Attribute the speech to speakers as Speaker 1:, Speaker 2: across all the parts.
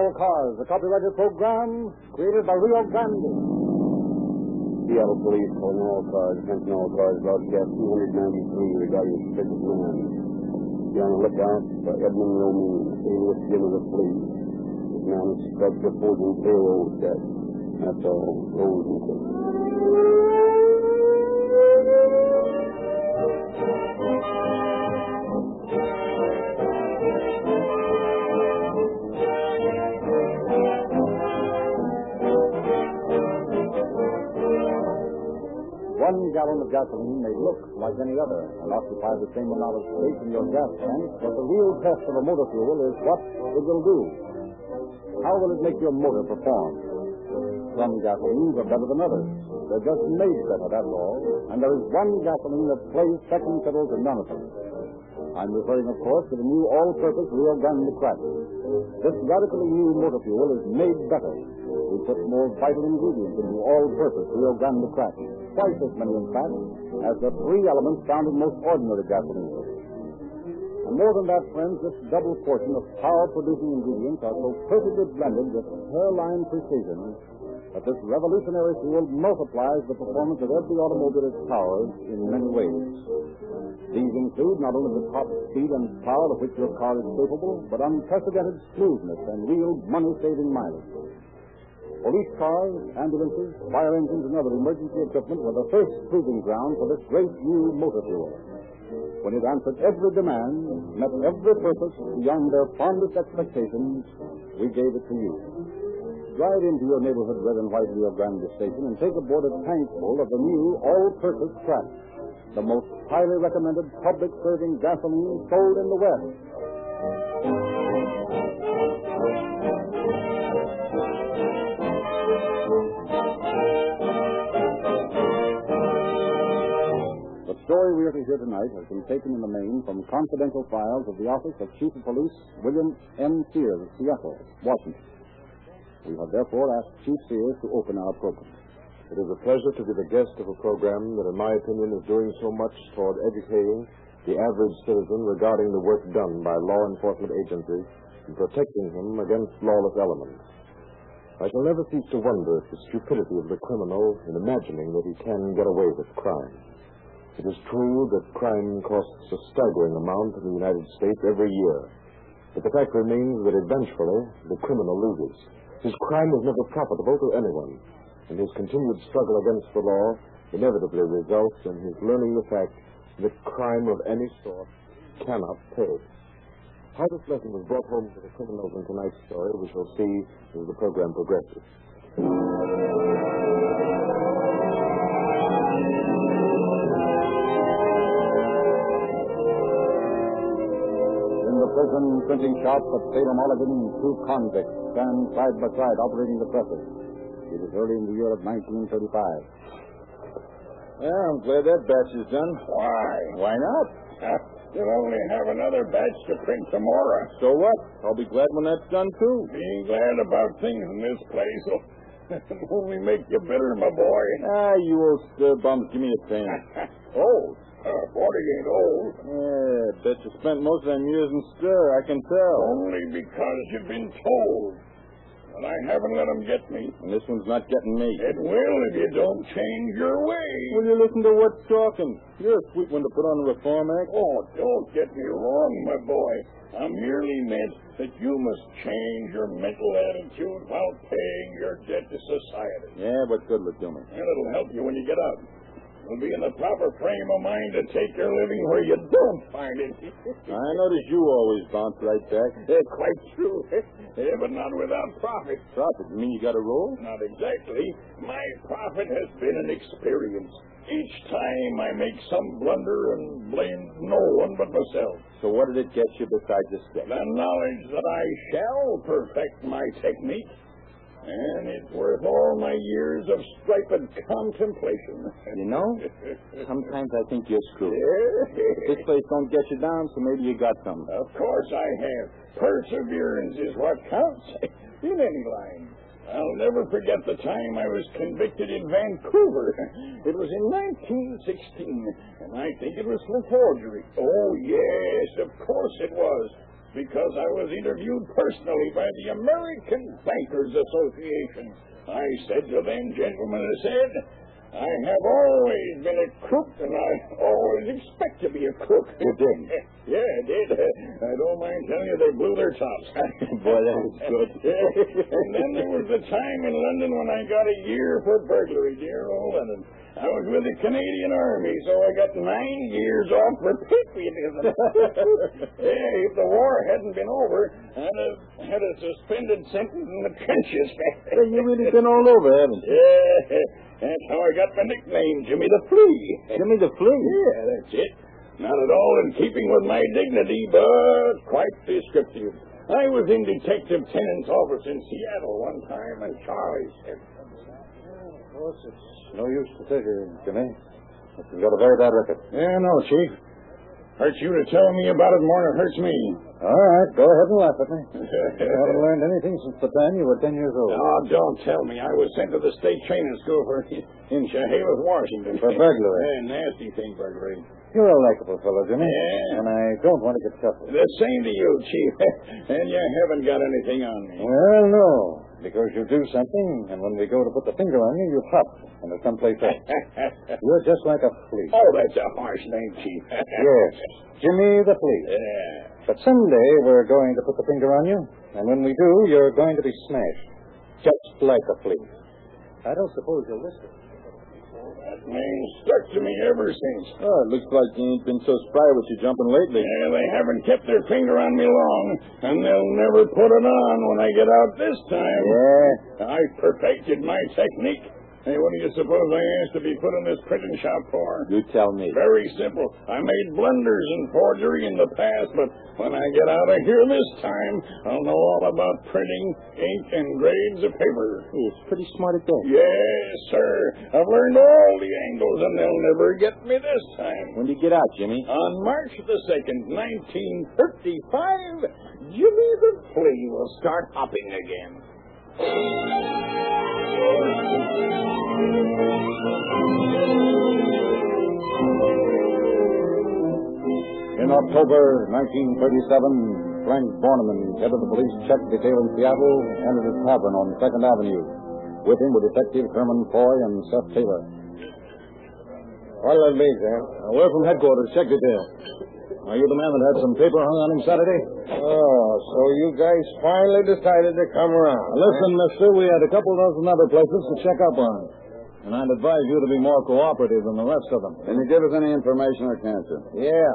Speaker 1: a copyrighted program created by Rio Grande.
Speaker 2: Seattle Police calling all cars, attention all cars, broadcast 293 regarding a suspicious man. Be on the lookout for Edmund Romaine, alias Jim of the Police. This man is suspected of forging payroll checks. That's all. Rolls and tickets.
Speaker 1: One gallon of gasoline may look like any other and occupy the same amount of space in your gas tank, but the real test of a motor fuel is what it will do. How will it make your motor perform? Some gasolines are better than others. They're just made better, that's all. And there is one gasoline that plays second fiddle to none of them. I'm referring, of course, to the new all-purpose Rio Grande Crack. This radically new motor fuel is made better. We put more vital ingredients into all-purpose Rio Grande Crack. Twice as many, in fact, as the three elements found in most ordinary gasoline. And more than that, friends, this double portion of power-producing ingredients are so perfectly blended with hairline precision that this revolutionary fuel multiplies the performance of every automobile it powers in many ways. These include not only the top speed and power of which your car is capable, but unprecedented smoothness and real money-saving mileage. Police cars, ambulances, fire engines, and other emergency equipment were the first proving ground for this great new motor fuel when it answered every demand, met every purpose beyond their fondest expectations, we gave it to you. Drive into your neighborhood red and white Rio Grande station and take aboard a tankful of the new all-purpose crack, the most highly recommended public-serving gasoline sold in the West. The story we are to hear tonight has been taken in the main from confidential files of the Office of Chief of Police William M. Sears of Seattle, Washington. We have therefore asked Chief Sears to open our program.
Speaker 3: It is a pleasure to be the guest of a program that, in my opinion, is doing so much toward educating the average citizen regarding the work done by law enforcement agencies in protecting him against lawless elements. I shall never cease to wonder at the stupidity of the criminal in imagining that he can get away with crime. It is true that crime costs a staggering amount in the United States every year. But the fact remains that eventually the criminal loses. His crime is never profitable to anyone, and his continued struggle against the law inevitably results in his learning the fact that crime of any sort cannot pay. How this lesson was brought home to the criminals in tonight's story, we shall see as the program progresses.
Speaker 1: In the prison printing shop at Salem, Oregon, two convicts stand side by side operating the presses. It is early in the year of 1935.
Speaker 4: Yeah, I'm glad that batch is done. Ah,
Speaker 5: Why?
Speaker 4: Why not?
Speaker 5: You'll only have another batch to print tomorrow.
Speaker 4: So what? I'll be glad when that's done, too.
Speaker 5: Being glad about things in this place will only make you bitter, my boy.
Speaker 4: Ah, you old stir bum, give me a fan.
Speaker 3: Oh.
Speaker 5: old? Uh, 40 ain't old.
Speaker 4: Yeah, bet you spent most of them years in stir, I can tell.
Speaker 5: Only because you've been told. And I haven't let 'em get me.
Speaker 4: And this one's not getting me.
Speaker 5: It will if you don't change your ways.
Speaker 4: Will you listen to what's talking? You're a sweet one to put on the Reform Act.
Speaker 5: Oh, don't get me wrong, my boy. I merely meant that you must change your mental attitude while paying your debt to society.
Speaker 4: Yeah, what good will it do me?
Speaker 5: And it'll help you when you get out. You'll be in the proper frame of mind to take your living where you don't find it.
Speaker 4: I notice you always bounce right back.
Speaker 5: Yeah, quite true. yeah, but not without profit.
Speaker 4: Profit, you mean you got a roll?
Speaker 5: Not exactly. My profit has been an experience. Each time I make some blunder and blame no one but myself.
Speaker 4: So what did it get you besides a stick?
Speaker 5: The knowledge that I shall perfect my technique, and it's worth all my years of striped contemplation.
Speaker 4: You know, sometimes I think you're screwed.
Speaker 5: Yeah.
Speaker 4: This place don't get you down, so maybe you got some.
Speaker 5: Of course I have. Perseverance is what counts in any line. I'll never forget the time I was convicted in Vancouver. It was in 1916, and I think it was for forgery. Oh, yes, of course it was. because I was interviewed personally by the American Bankers Association. I said to them, gentlemen, I said, I have always been a crook, and I always expect to be a crook.
Speaker 6: You did.
Speaker 5: yeah, I did. I don't mind telling you, they blew their tops.
Speaker 7: Boy, that was good.
Speaker 5: and then there was the time in London when I got a year for burglary, dear old London. I was with the Canadian Army, so I got nine years off for patriotism. yeah, if the war hadn't been over, I'd have had a suspended sentence in the trenches.
Speaker 8: you really been all over, haven't you?
Speaker 5: yeah, that's how I got my nickname, Jimmy the Flea.
Speaker 8: Jimmy the Flea.
Speaker 5: Yeah, that's it. Not at all in keeping with my dignity, but quite descriptive. I was in Detective Tennant's office in Seattle one time, and Charlie said,
Speaker 1: No use to take you, Jimmy. You've got a very bad record.
Speaker 5: Yeah, no, Chief. Hurts you to tell me about it more than it hurts me.
Speaker 1: All right, go ahead and laugh at me. You haven't
Speaker 5: oh,
Speaker 1: learned anything since the time you were 10 years old.
Speaker 5: don't tell me. I was sent to the state training school for in Chehalis, Washington.
Speaker 1: For burglary.
Speaker 5: Yeah, nasty thing, burglary.
Speaker 1: You're a likable fellow, Jimmy.
Speaker 5: Yeah.
Speaker 1: And I don't want to get shuffled.
Speaker 5: The same to you, Chief. and you haven't got anything on me.
Speaker 1: Well, no. Because you do something, and when we go to put the finger on you, you hop into someplace else. You're just like a flea.
Speaker 5: oh, that's a harsh name, Chief.
Speaker 1: Yes. Jimmy the flea.
Speaker 5: Yeah.
Speaker 1: But someday we're going to put the finger on you, and when we do, you're going to be smashed. Just like a flea. I don't suppose you'll listen.
Speaker 5: That name stuck to me ever since.
Speaker 8: Oh, it looks like you ain't been so spry with you jumping lately.
Speaker 5: Yeah, they haven't kept their finger on me long, and they'll never put it on when I get out this time.
Speaker 1: Yeah.
Speaker 5: I perfected my technique. Hey, what do you suppose I asked to be put in this printing shop for?
Speaker 8: You tell me.
Speaker 5: Very simple. I made blunders and forgery in the past, but when I get out of here this time, I'll know all about printing, ink, and grades of paper.
Speaker 8: Hey, it's pretty smart at that.
Speaker 5: Yes, sir. I've learned all the angles, and they'll never get me this time.
Speaker 8: When do you get out, Jimmy?
Speaker 5: On March the 2nd, 1935, Jimmy the Flea will start hopping again.
Speaker 1: In October 1937, Frank Borneman, head of the police check detail in Seattle, entered a tavern on 2nd Avenue. With him were Detectives Herman Foy and Seth Taylor. What'll it be, sir? uh, we're from headquarters, check detail. Are you the man that had some paper hung on him Saturday? Oh, so you guys finally decided to come around. Listen, mister, we had a couple dozen other places to check up on. And I'd advise you to be more cooperative than the rest of them.
Speaker 7: Can you give us any information or can't you?
Speaker 1: Yeah.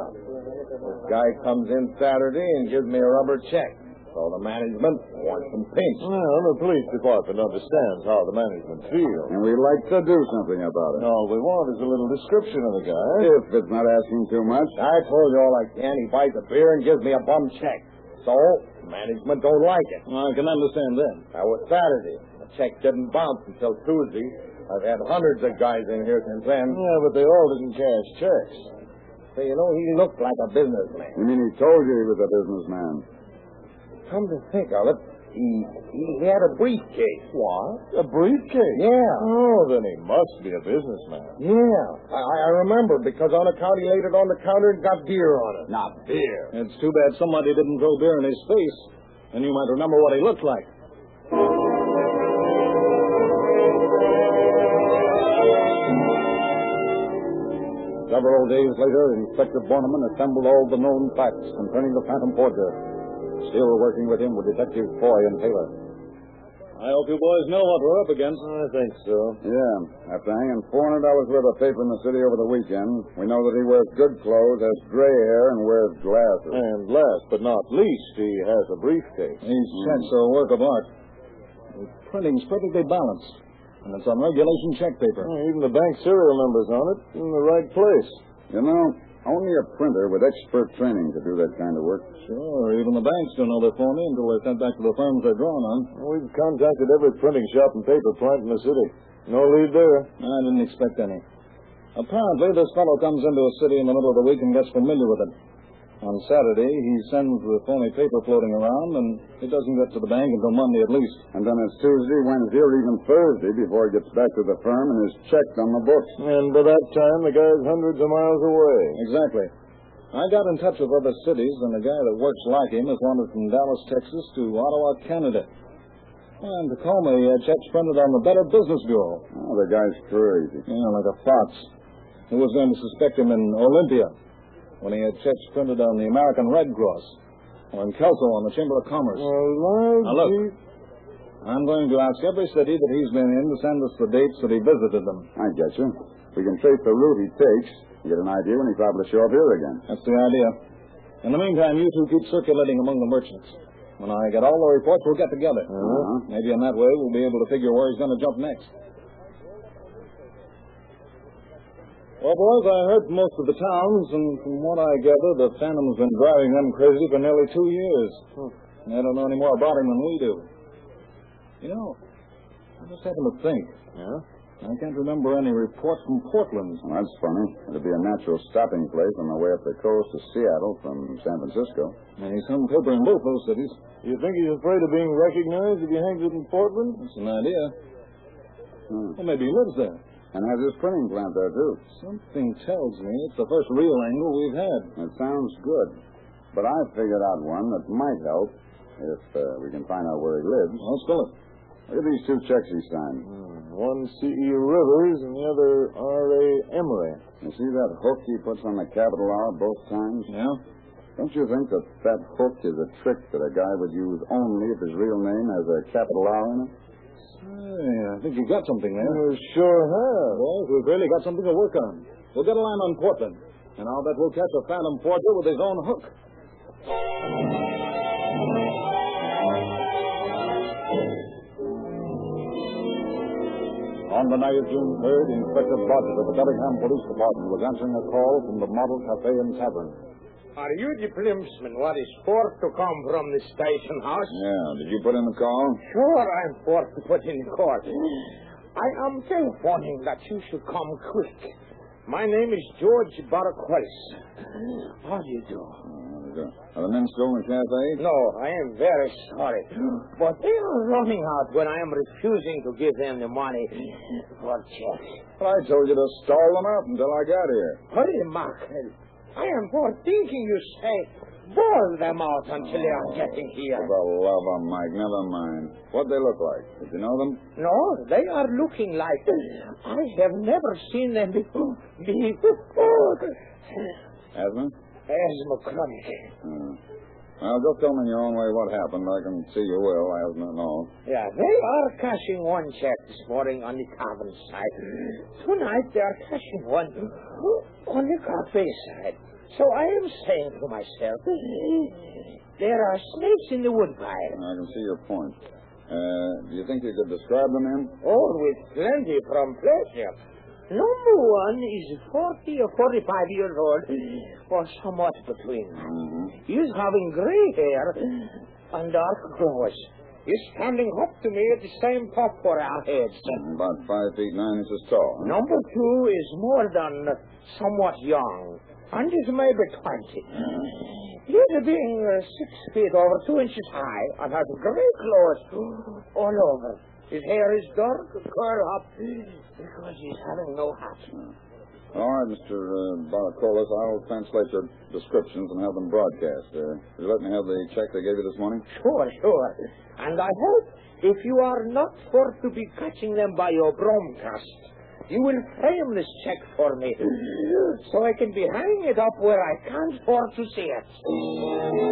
Speaker 1: This guy comes in Saturday and gives me a rubber check. So the management wants some pinch.
Speaker 8: Well, the police department understands how the management feels.
Speaker 7: And we'd like to do something about it.
Speaker 8: All we want is a little description of the guy.
Speaker 7: If it's not asking too much.
Speaker 1: I told you all I can. He buys a beer and gives me a bum check. So management don't like it.
Speaker 8: I can understand that.
Speaker 1: That was Saturday. The check didn't bounce until Tuesday. I've had hundreds of guys in here since then.
Speaker 8: Yeah, but they all didn't cash checks.
Speaker 1: Say, you know, he looked like a businessman.
Speaker 7: You mean he told you he was a businessman?
Speaker 1: Come to think of it, he he had a briefcase.
Speaker 8: A
Speaker 1: What?
Speaker 8: briefcase?
Speaker 1: Yeah.
Speaker 8: Oh, then he must be a businessman.
Speaker 1: Yeah, I, I remember because on account he laid it on the counter and got beer on it. Not beer. It's too bad somebody didn't throw beer in his face, and you might remember what he looked like. Several days later, Inspector Borneman assembled all the known facts concerning the Phantom Forger. Still working with him were Detectives Foy and Taylor. I hope you boys know what we're up against. I think so.
Speaker 7: Yeah. After hanging 400 hours worth of paper in the city over the weekend, we know that he wears good clothes, has gray hair, and wears glasses.
Speaker 8: And last but not least, he has a briefcase.
Speaker 1: These checks are a work of art. The printing's perfectly balanced, and it's on regulation check paper.
Speaker 8: Even the bank serial number's on it, in the right place.
Speaker 7: You know, only a printer with expert training could do that kind of work.
Speaker 1: Sure, even the banks don't know they're phony until they're sent back to the firms they're drawn on.
Speaker 8: We've contacted every printing shop and paper plant in the city. No lead there.
Speaker 1: I didn't expect any. Apparently, this fellow comes into a city in the middle of the week and gets familiar with it. On Saturday, he sends the phony paper floating around, and it doesn't get to the bank until Monday at least.
Speaker 7: And then it's Tuesday, Wednesday, or even Thursday before he gets back to the firm and is checked on the books.
Speaker 8: And by that time, the guy's hundreds of miles away.
Speaker 1: Exactly. I got in touch with other cities, and a guy that works like him is wanted from Dallas, Texas to Ottawa, Canada. And Tacoma, a check's printed on the Better Business Bureau.
Speaker 9: Oh, the guy's crazy.
Speaker 1: Yeah, like a fox. Who was going to suspect him in Olympia when he had checks printed on the American Red Cross? Or in Kelso on the Chamber of Commerce? Now, look. I'm going to ask every city that he's been in to send us the dates that he visited them.
Speaker 9: I get you. We can trace the route he takes, get an idea when he's liable to show up here again.
Speaker 1: That's the idea. In the meantime, you two keep circulating among the merchants. When I get all the reports, we'll get together.
Speaker 9: Uh-huh.
Speaker 1: Maybe in that way we'll be able to figure where he's going to jump next. Well, boys, I heard from most of the towns, and from what I gather, the Phantom's been driving them crazy for nearly two years. They don't know any more about him than we do. You know, I just happened to think.
Speaker 3: Yeah?
Speaker 1: I can't remember any report from Portland.
Speaker 9: Well, that's funny. It'd be a natural stopping place on the way up the coast to Seattle from San Francisco.
Speaker 1: Maybe some paper in both those cities.
Speaker 3: You think he's afraid of being recognized if he hangs it in Portland?
Speaker 1: That's an idea.
Speaker 9: Hmm.
Speaker 1: Well, maybe he lives there.
Speaker 9: And has his printing plant there, too.
Speaker 1: Something tells me it's the first real angle we've had.
Speaker 9: That sounds good. But I figured out one that might help if uh, we can find out where he lives.
Speaker 1: Well, let's fill it.
Speaker 9: Look at these two checks he signed.
Speaker 3: One C.E.
Speaker 1: E
Speaker 3: Rivers and the other R.A. Emery.
Speaker 9: You see that hook he puts on the capital R both times?
Speaker 1: Yeah?
Speaker 9: Don't you think that that hook is a trick that a guy would use only if his real name has a capital R in it?
Speaker 1: Say, I think you got something there.
Speaker 3: You sure have.
Speaker 1: Boys, we've really got something to work on. We'll get a line on Portland, and I'll bet we'll catch a phantom forger with his own hook.
Speaker 10: On the night of June 3rd, Inspector Blodgett of the Bellingham Police Department was answering a call from the Model Cafe and Tavern.
Speaker 11: Are you the policeman what is forced to come from the station house?
Speaker 9: Yeah. Did you put in the call?
Speaker 11: Sure, I'm forced to put in court. I am telephoning that you should come quick. My name is George Barquez. How do you do?
Speaker 9: Uh, Are the men still in the cafe?
Speaker 11: No, I am very sorry. But they are running out when I am refusing to give them the money for checks.
Speaker 9: Well, I told you to stall them out until I got here.
Speaker 11: Hurry, Markham. I am for thinking you say, boil them out until they are getting here.
Speaker 9: For the love of Mike, never mind. What they look like? Did you know them?
Speaker 11: No, they are looking like I have never seen them before. before.
Speaker 9: Asthma?
Speaker 11: Asthma chronic.
Speaker 9: Hmm. Well, just tell me in your own way what happened. I can see you will, asthma and all.
Speaker 11: Yeah, they are cashing one check this morning on the tavern side. Tonight they are cashing one on the cafe side. So I am saying to myself, there are snakes in the woodpile.
Speaker 9: I can see your point. Uh, do you think you could describe them in?
Speaker 11: All with plenty from pleasure. Number one is 40 or 45 years old, or somewhat between.
Speaker 9: Mm-hmm.
Speaker 11: He is having gray hair and dark clothes. He's standing up to me at the same top for our heads.
Speaker 9: About five feet nine inches tall. huh?
Speaker 11: Number two is more than somewhat young, and is maybe 20. He is being uh, six feet over two inches high and has gray clothes all over. His hair is dark, curled up, because he's having no hat.
Speaker 9: All right, Mr. Uh, Baracolas, I'll translate your descriptions and have them broadcast. Uh, will you let me have the check they gave you this morning?
Speaker 11: Sure, sure. And I hope if you are not for to be catching them by your broadcast, you will frame this check for me so I can be hanging it up where I can't for to see it.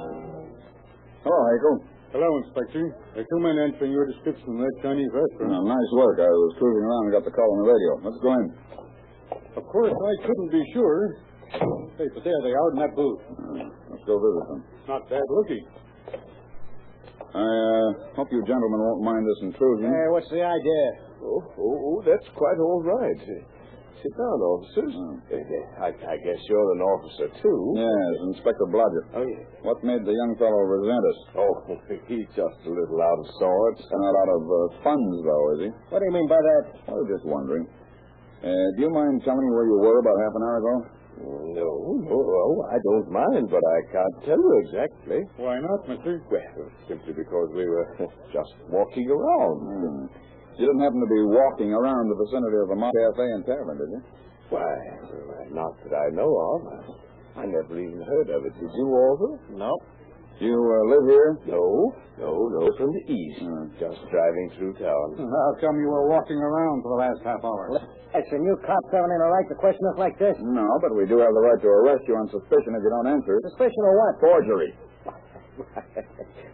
Speaker 9: Hello, Hakel.
Speaker 10: Hello, Inspector. There are two men answering your description of that Chinese restaurant.
Speaker 9: Now, nice work. I was cruising around and got the call on the radio. Let's go in.
Speaker 10: Of course, I couldn't be sure. Hey, but there they are in that booth.
Speaker 9: Let's go visit them.
Speaker 10: Not bad looking.
Speaker 9: I uh, hope you gentlemen won't mind this intrusion.
Speaker 10: what's the idea?
Speaker 3: Oh, oh, oh, that's quite all right. Sit down, officers.
Speaker 9: Hmm.
Speaker 3: I, I guess you're an officer, too.
Speaker 9: Yes, Inspector Blodgett.
Speaker 3: Oh, yeah.
Speaker 9: What made the young fellow resent us?
Speaker 3: Oh, he's just a little out of sorts.
Speaker 9: Not out of uh, funds, though, is he?
Speaker 10: What do you mean by that?
Speaker 9: I was just wondering. Uh, do you mind telling me where you were about half an hour ago?
Speaker 3: No, no, oh, I don't mind, but I can't tell you exactly.
Speaker 10: Why not, mister?
Speaker 3: Well, simply because we were just walking around.
Speaker 9: Hmm.
Speaker 1: You didn't happen to be walking around the vicinity of the Mont Cafe and Tavern, did you?
Speaker 5: Why, not that I know of. I never even heard of it. Did you, Walter?
Speaker 1: No. You uh, live here?
Speaker 5: No, no, no, from the east.
Speaker 1: Hmm.
Speaker 5: Just driving through town.
Speaker 9: How come you were walking around for the last half hour?
Speaker 10: Extra, you cops haven't any right to question us like this.
Speaker 1: No, but we do have the right to arrest you on suspicion if you don't answer.
Speaker 10: Suspicion of what?
Speaker 1: Forgery.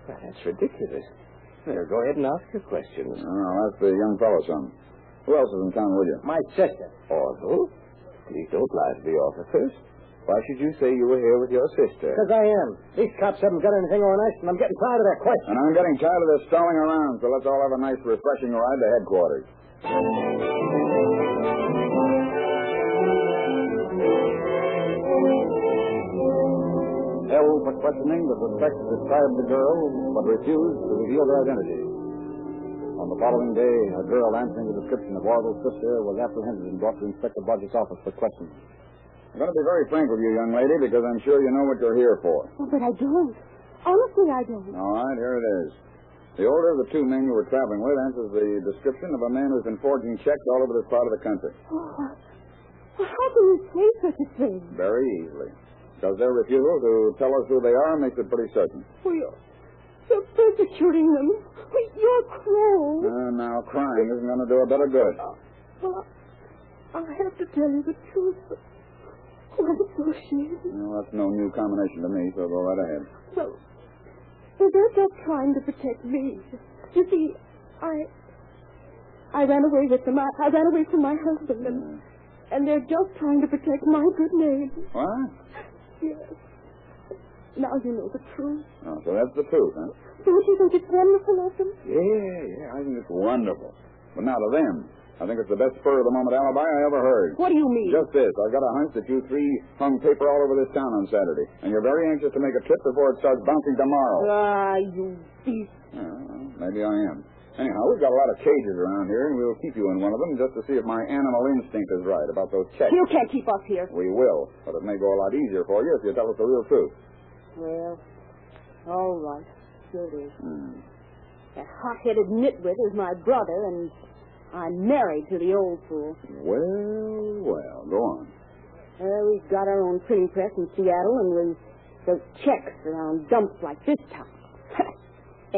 Speaker 5: That's ridiculous. There, go ahead and ask your questions.
Speaker 1: Oh, that's the young fellow, son. Who else is in town with you?
Speaker 10: My sister.
Speaker 5: Orville, please don't lie to the officers. Why should you say you were here with your sister?
Speaker 10: Because I am. These cops haven't got anything on us, and I'm getting tired of their questions.
Speaker 1: And I'm getting tired of this stalling around, so let's all have a nice, refreshing ride to headquarters.
Speaker 10: Held for questioning, the suspect described the girl, but refused to reveal their identity. On the following day, a girl answering the description of Orville's sister was apprehended and brought to Inspector Blodgett's office for questioning.
Speaker 1: I'm going to be very frank with you, young lady, because I'm sure you know what you're here for.
Speaker 12: Oh, but I don't. Honestly, I don't.
Speaker 1: All right, here it is. The order of the two men you were traveling with answers the description of a man who's been forging checks all over this part of the country.
Speaker 12: Oh, well, how can you say such a thing?
Speaker 1: Very easily. Because their refusal to tell us who they are makes it pretty certain.
Speaker 12: We are you're persecuting them. You're cruel.
Speaker 1: Uh, now, crying isn't going to do a bit of good.
Speaker 12: Well, I, I have to tell you the truth, but oh, I'm so ashamed.
Speaker 1: Well, that's no new combination to me, so go right ahead.
Speaker 12: Well, well, they're just trying to protect me. You see, I I ran away with them. I, I ran away from my husband, and, and they're just trying to protect my good name.
Speaker 1: What?
Speaker 12: Yes. Now you know the truth.
Speaker 1: Oh, so that's the truth, huh?
Speaker 12: Don't you think it's wonderful of them?
Speaker 1: Yeah, yeah, I think it's wonderful. But now to them. I think it's the best spur of the moment alibi I ever heard.
Speaker 12: What do you mean?
Speaker 1: Just this. I've got a hunch that you three hung paper all over this town on Saturday. And you're very anxious to make a trip before it starts bouncing tomorrow.
Speaker 12: Ah, you beast.
Speaker 1: Yeah, well, maybe I am. Anyhow, we've got a lot of cages around here, and we'll keep you in one of them just to see if my animal instinct is right about those checks.
Speaker 12: You can't keep us here.
Speaker 1: We will, but it may go a lot easier for you if you tell us the real truth.
Speaker 12: Well, all right. Here it is.
Speaker 1: Hmm.
Speaker 12: That hot-headed nitwit is my brother, and I'm married to the old fool.
Speaker 1: Well, well, go on.
Speaker 12: Well, we've got our own printing press in Seattle, and we wrote checks around dumps like this town.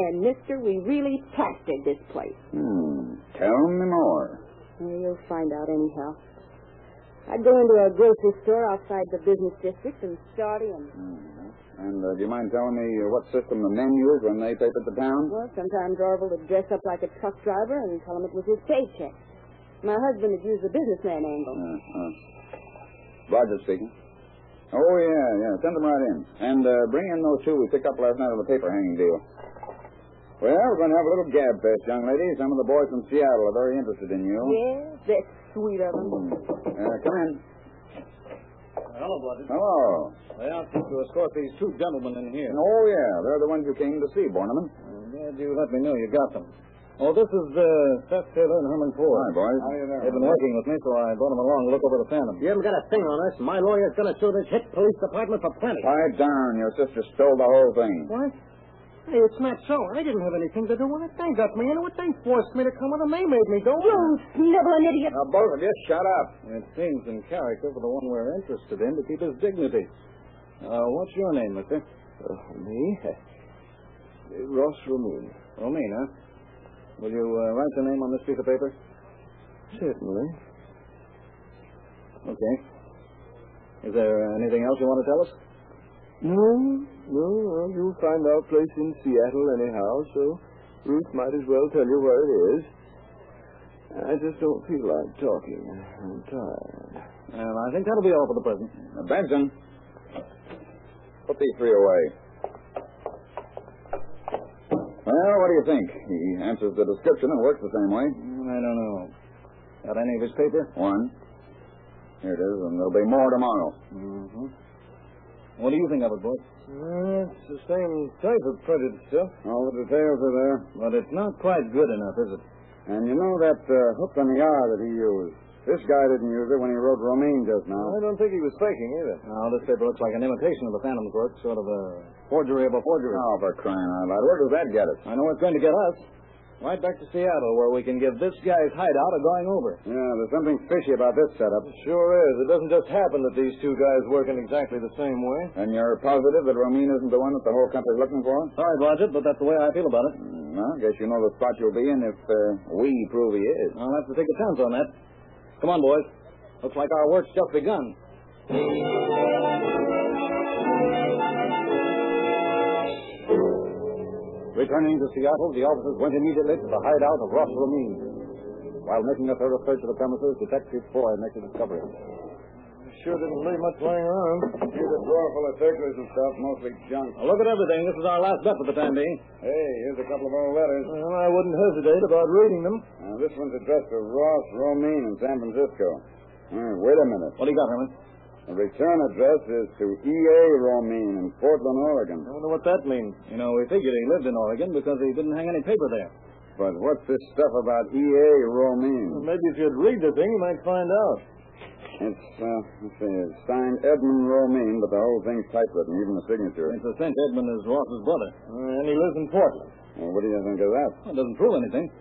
Speaker 12: and, mister, we really plastered this place.
Speaker 1: Hmm. Tell me more.
Speaker 12: Well, you'll find out anyhow. I'd go into a grocery store outside the business district and start in.
Speaker 1: And uh, do you mind telling me uh, what system the men used when they papered the town?
Speaker 12: Well, sometimes Orville would dress up like a truck driver and tell him it was his paycheck. My husband would use the businessman angle.
Speaker 1: Uh, uh, Roger speaking. Oh, yeah, yeah. Send them right in. And uh, bring in those two we picked up last night on the paper hanging deal. Well, we're going to have a little gab fest, young lady. Some of the boys from Seattle are very interested in you.
Speaker 12: Yes, that's sweet of him.
Speaker 1: Uh, come in.
Speaker 11: Hello, Blodgett.
Speaker 1: Hello.
Speaker 11: They asked us to escort these two gentlemen in here.
Speaker 1: Oh, yeah. They're the ones you came to see, Borneman.
Speaker 11: I'm glad you let me know you got them. Oh, this is uh, Seth Taylor and Herman Ford.
Speaker 1: Hi, boys.
Speaker 11: How you doing? They've been working with me, so I brought them along to look over the Phantom.
Speaker 10: You haven't got a thing on us. My lawyer's going to sue this hit police department for plenty.
Speaker 1: Quiet down. Your sister stole the whole thing.
Speaker 10: What? Hey, it's not so. I didn't have anything to do with it. They got me into it. They forced me to come with them. They made me go.
Speaker 12: You sniveling idiot!
Speaker 1: Now, both of you, shut up.
Speaker 11: It seems in character for the one we're interested in to keep his dignity. Uh, what's your name, mister? Uh,
Speaker 5: Oh, me? Ross Ramin.
Speaker 11: Romaine, huh? Will you uh, write the name on this piece of paper?
Speaker 5: Certainly.
Speaker 11: Okay. Is there uh, anything else you want to tell us?
Speaker 5: No, no, well, you'll find our place in Seattle anyhow, so Ruth might as well tell you where it is. I just don't feel like talking. I'm tired.
Speaker 11: And I think that'll be all for the present.
Speaker 1: Now, Benson, put these three away. Well, what do you think? He answers the description and works the same way.
Speaker 11: I don't know. Got any of his paper?
Speaker 1: One. Here it is, and there'll be more tomorrow.
Speaker 11: Mm-hmm. What do you think of it, boy?
Speaker 1: Mm,
Speaker 3: it's the same type of printed stuff.
Speaker 1: All the details are there.
Speaker 11: But it's not quite good enough, is it?
Speaker 1: And you know that uh, hook on the R that he used. This guy didn't use it when he wrote Romaine just now.
Speaker 3: I don't think he was faking either.
Speaker 11: Now, this paper looks like an imitation of the Phantom's work, sort of a forgery of a forgery.
Speaker 1: Oh, for crying out loud. Where does that get us?
Speaker 11: I know it's going to get us.
Speaker 1: Right back to Seattle, where we can give this guy's hideout a going over.
Speaker 13: Yeah, there's something fishy about this setup.
Speaker 1: Sure is. It doesn't just happen that these two guys work in exactly the same way.
Speaker 13: And you're positive that Ramin isn't the one that the whole country's looking for?
Speaker 1: Sorry, Blodgett, but that's the way I feel about it.
Speaker 13: Mm, Well, I guess you know the spot you'll be in if uh, we prove he is.
Speaker 1: I'll have to take a chance on that. Come on, boys. Looks like our work's just begun.
Speaker 13: Returning to Seattle, the officers went immediately to the hideout of Ross Ramin. While making a thorough search of the premises, Detective Foy makes a discovery.
Speaker 5: Sure didn't leave much lying around.
Speaker 9: Here's a drawer full of circulars and stuff, mostly junk.
Speaker 1: Now look at everything. This is our last bet for the time being.
Speaker 9: Hey, here's a couple of old letters.
Speaker 5: Well, I wouldn't hesitate about reading them.
Speaker 9: Uh, this one's addressed to Ross Romaine in San Francisco. Hmm, wait a minute.
Speaker 1: What do you got, Herman?
Speaker 9: The return address is to E.A. Romaine in Portland, Oregon.
Speaker 1: I wonder what that means. You know, we figured he lived in Oregon because he didn't hang any paper there.
Speaker 9: But what's this stuff about E E.A. Romaine?
Speaker 5: Maybe if you'd read the thing, you might find out.
Speaker 9: It's, uh, let's see, it's signed Edmund Romaine, but the whole thing's typewritten, even the signature.
Speaker 1: It's a sense Edmund is Ross's brother.
Speaker 5: Uh, and he lives in Portland.
Speaker 9: Well, what do you think of that?
Speaker 1: Well, it doesn't prove anything.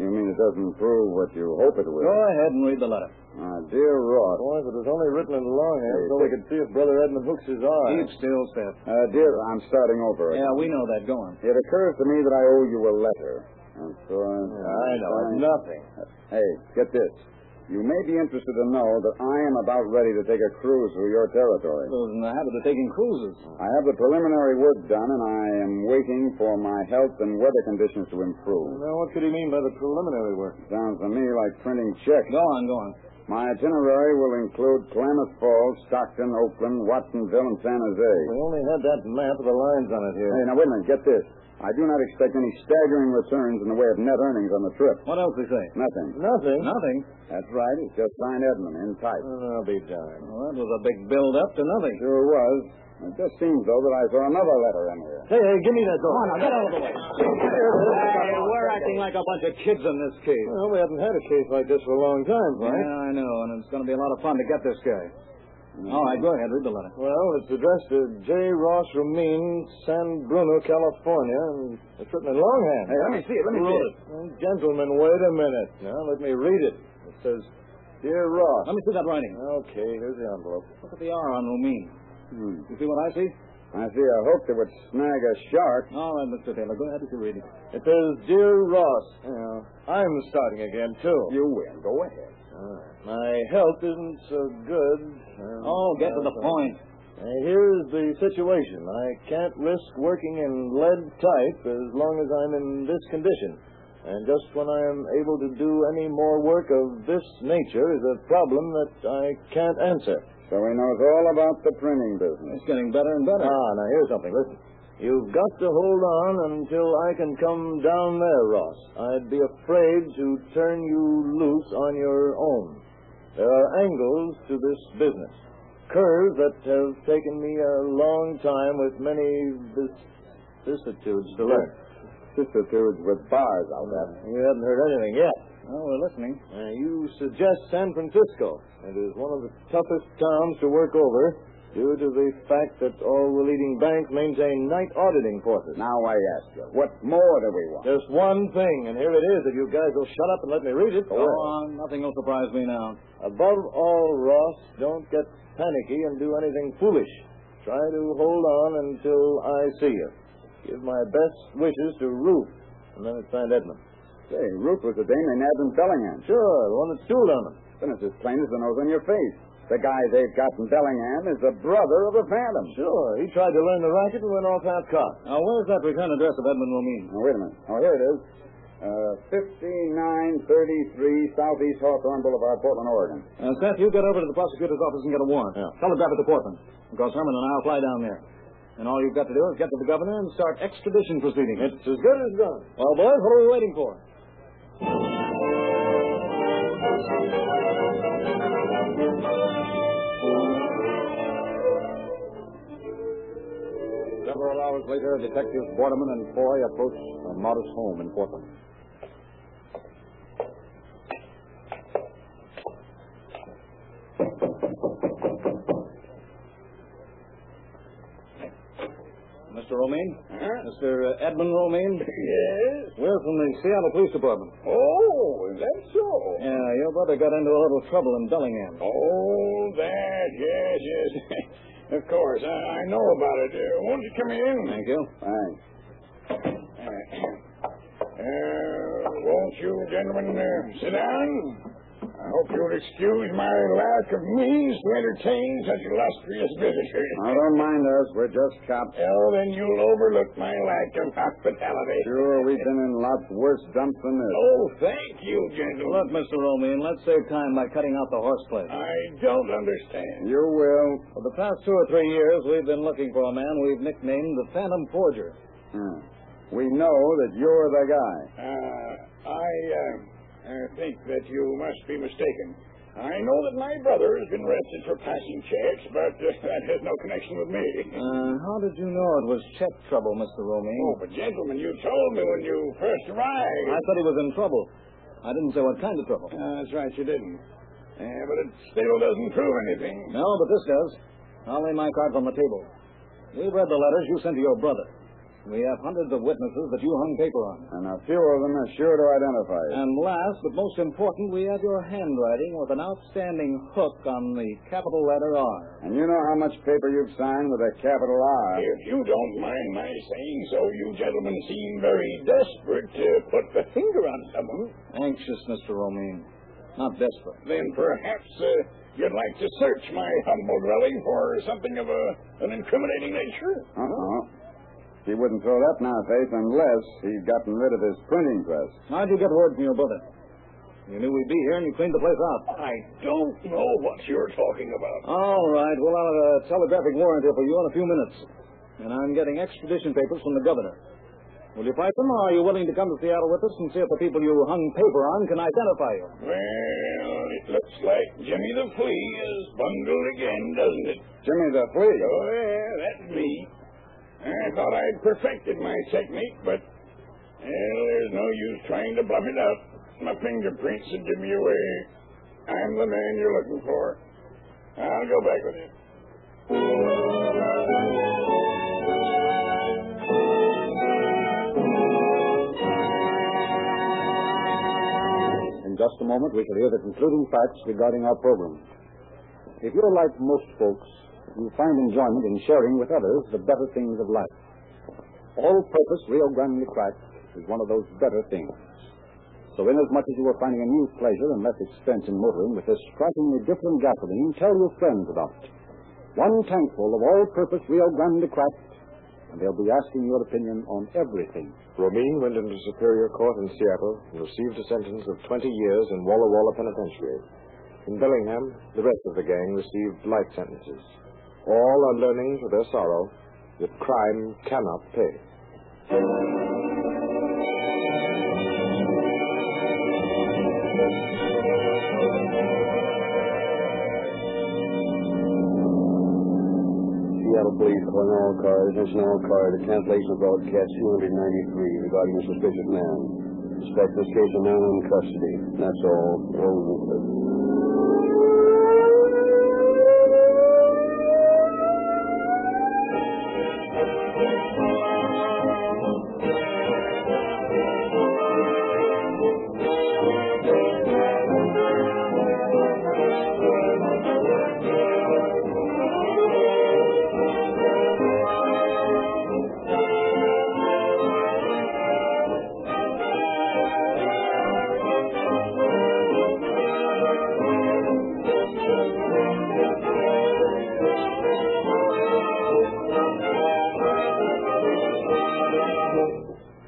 Speaker 9: You mean it doesn't prove what you hope it
Speaker 1: Go
Speaker 9: will?
Speaker 1: ahead and read the letter.
Speaker 9: Uh, dear Ross,
Speaker 5: Boy, if it was only written in longhand,
Speaker 9: Hey,
Speaker 5: so we could see if Brother Edmund hooks his eye.
Speaker 1: Keep still, Seth.
Speaker 9: uh, dear, I'm starting over.
Speaker 1: Yeah, we know that. Go on.
Speaker 9: It occurs to me that I owe you a letter. And so I,
Speaker 5: I know, it's nothing.
Speaker 9: Hey, get this. You may be interested to know that I am about ready to take a cruise through your territory.
Speaker 1: Those in the habit of taking cruises.
Speaker 9: I have the preliminary work done, and I am waiting for my health and weather conditions to improve.
Speaker 5: Now, what could he mean by the preliminary work?
Speaker 9: Sounds to me like printing checks.
Speaker 1: Go on, go on.
Speaker 9: My itinerary will include Klamath Falls, Stockton, Oakland, Watsonville, and San Jose.
Speaker 5: We only had that map with the lines on it here.
Speaker 9: Hey, now wait a minute. Get this. I do not expect any staggering returns in the way of net earnings on the trip.
Speaker 1: What else they say?
Speaker 9: Nothing.
Speaker 5: Nothing.
Speaker 1: Nothing.
Speaker 9: That's right. It's just signed Edmund in type.
Speaker 5: Uh, I'll be darned.
Speaker 1: Well, that was a big build-up to nothing.
Speaker 9: Sure was. It just seems, though, that I saw another letter in here.
Speaker 5: Hey, hey, give me that door.
Speaker 1: now, get out of the way. Hey, we're acting like a bunch of kids in this case.
Speaker 5: Well, we haven't had a case like this for a long time, Frank.
Speaker 1: Yeah, I know, and it's going to be a lot of fun to get this guy.
Speaker 5: Mm-hmm.
Speaker 1: All right, go ahead, read the letter.
Speaker 5: Well, it's addressed to J. Ross Ramin, San Bruno, California, and it's written in longhand.
Speaker 9: Hey, let me see it. Let me
Speaker 5: Who
Speaker 9: see
Speaker 5: wrote
Speaker 9: it.
Speaker 5: Oh, gentlemen, wait a minute. Now, let me read it. It says, Dear Ross.
Speaker 1: Let me see that writing.
Speaker 5: Okay, here's the envelope.
Speaker 1: Look at the R on Romaine.
Speaker 9: Hmm.
Speaker 1: You see what I see?
Speaker 9: I see a hook that would snag a shark.
Speaker 1: All right, Mr. Taylor, go ahead with your reading.
Speaker 5: It says, Dear Ross. Yeah, I'm starting again, too. Uh,
Speaker 9: You win. Go ahead.
Speaker 5: My health isn't so good. Um,
Speaker 1: Oh, get to the point.
Speaker 5: Uh, here's the situation. I can't risk working in lead type as long as I'm in this condition. And just when I am able to do any more work of this nature is a problem that I can't answer.
Speaker 9: So he knows all about the printing business.
Speaker 1: It's getting better and better.
Speaker 5: Ah, now here's something. Listen. You've got to hold on until I can come down there, Ross. I'd be afraid to turn you loose on your own. There are angles to this business. Curves that have taken me uh, a long time with many vic- vicissitudes to learn.
Speaker 9: Vicissitudes with bars, I'll bet.
Speaker 5: You haven't heard anything yet.
Speaker 1: Oh, we're listening.
Speaker 5: Uh, you suggest San Francisco. It is one of the toughest towns to work over due to the fact that all the leading banks maintain night auditing forces.
Speaker 9: Now I ask you, what more do we want?
Speaker 5: Just one thing, and here it is. If you guys will shut up and let me read it.
Speaker 1: Go on, nothing will surprise me now.
Speaker 5: Above all, Ross, don't get panicky and do anything foolish. Try to hold on until I see you. Give my best wishes to Ruth. And then it's signed Edmund.
Speaker 9: Say, Ruth was the dame they nabbed in Bellingham.
Speaker 5: Sure, the one that stooled on him.
Speaker 9: Then it's as plain as the nose on your face. The guy they've got in Bellingham is the brother of the Phantom.
Speaker 5: Sure, he tried to learn the racket and went off half cocked.
Speaker 1: Now, where's that return address of Edmund Romaine?
Speaker 9: Oh, wait a minute. Oh, here it is. Uh, 5933 Southeast Hawthorne Boulevard, Portland, Oregon.
Speaker 1: Uh, Seth, you get over to the prosecutor's office and get a warrant.
Speaker 5: Yeah.
Speaker 1: Telegraph it to Portland, because Herman and I'll fly down there. And all you've got to do is get to the governor and start extradition proceedings.
Speaker 5: It's as good as done.
Speaker 1: Well, boys, what are we waiting for?
Speaker 13: Several hours later, Detectives Borderman and Foy approach a modest home in Portland.
Speaker 1: Mr. Romaine?
Speaker 14: Huh?
Speaker 1: This Mr. uh, Edmund Romaine?
Speaker 5: Yes?
Speaker 1: We're from the Seattle Police Department.
Speaker 5: Oh, is that so?
Speaker 1: Yeah, your brother got into a little trouble in Bellingham.
Speaker 5: Oh, that, yes, yes. of course, I, I know about it. Uh, won't you come in?
Speaker 1: Thank you.
Speaker 9: Thanks.
Speaker 5: Uh, uh, won't you, gentlemen, uh, sit down? I hope you'll excuse my lack of means to entertain such illustrious visitors.
Speaker 9: Now, don't mind us. We're just cops.
Speaker 5: Well, then you'll overlook my lack of hospitality.
Speaker 9: Sure, we've been in lots worse dumps than this.
Speaker 5: Oh, thank you, gentlemen.
Speaker 1: Look, Mr. Romaine, let's save time by cutting out the horseplay.
Speaker 5: I don't understand.
Speaker 9: You will.
Speaker 1: For the past two or three years, we've been looking for a man we've nicknamed the Phantom Forger.
Speaker 9: Hmm. We know that you're the guy.
Speaker 5: Uh, I uh, uh, think that you must be mistaken. I know that my brother has been arrested for passing checks, but uh, that has no connection with me.
Speaker 1: Uh, how did you know it was check trouble, Mr.
Speaker 5: Oh,
Speaker 1: Romaine?
Speaker 5: but gentlemen, you told me when you first arrived.
Speaker 1: I said he was in trouble. I didn't say what kind of trouble.
Speaker 5: Uh, that's right, you didn't. Uh, but it still doesn't prove anything.
Speaker 1: No, but this does. I'll lay my cards on the table. We've read the letters you sent to your brother. We have hundreds of witnesses that you hung paper on.
Speaker 9: And a few of them are sure to identify you.
Speaker 1: And last, but most important, we have your handwriting with an outstanding hook on the capital letter R.
Speaker 9: And you know how much paper you've signed with a capital R.
Speaker 5: If you don't mind my saying so, you gentlemen seem very desperate to put the finger on someone.
Speaker 1: Anxious, Mr. Romaine. Not desperate.
Speaker 5: Then perhaps uh, you'd like to search my humble dwelling for something of a, an incriminating nature.
Speaker 9: Uh-oh. Uh-huh. He wouldn't throw that in our face unless he'd gotten rid of his printing press.
Speaker 1: How'd you get word from your brother? You knew we'd be here and you cleaned the place out.
Speaker 5: I don't know what you're talking about.
Speaker 1: All right, we'll uh, have a telegraphic warrant here for you in a few minutes. And I'm getting extradition papers from the governor. Will you fight them, or are you willing to come to Seattle with us and see if the people you hung paper on can identify you?
Speaker 5: Well, it looks like Jimmy the Flea is bungled again, doesn't it?
Speaker 9: Jimmy the Flea.
Speaker 5: Oh, yeah, that's me. I thought I'd perfected my technique, but well, there's no use trying to bluff it up. My fingerprints would give me away. I'm the man you're looking for. I'll go back with you.
Speaker 10: In just a moment, we shall hear the concluding facts regarding our program. If you're like most folks, you find enjoyment in sharing with others the better things of life. All-purpose Rio Grande crack is one of those better things. So inasmuch as you are finding a new pleasure and less expense in motoring with this strikingly different gasoline, tell your friends about it. One tankful of all-purpose Rio Grande crack, and they'll be asking your opinion on everything.
Speaker 3: Romine went into Superior Court in Seattle and received a sentence of 20 years in Walla Walla Penitentiary. In Bellingham, the rest of the gang received life sentences. All are learning to their sorrow that crime cannot pay.
Speaker 9: Seattle Police on all cars, attention all cars, the cancellation of broadcast 293 regarding a suspicious man. Suspect this case a man in custody. That's all. Roll with it.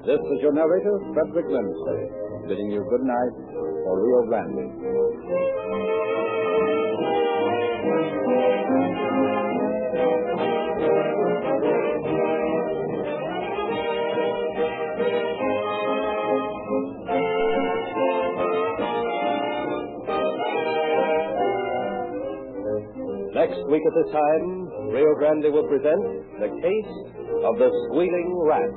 Speaker 10: This is your narrator, Frederick Lindsay, bidding you good night for Rio Grande.
Speaker 15: Next week at this time, Rio Grande will present The Case of the Squealing Rat.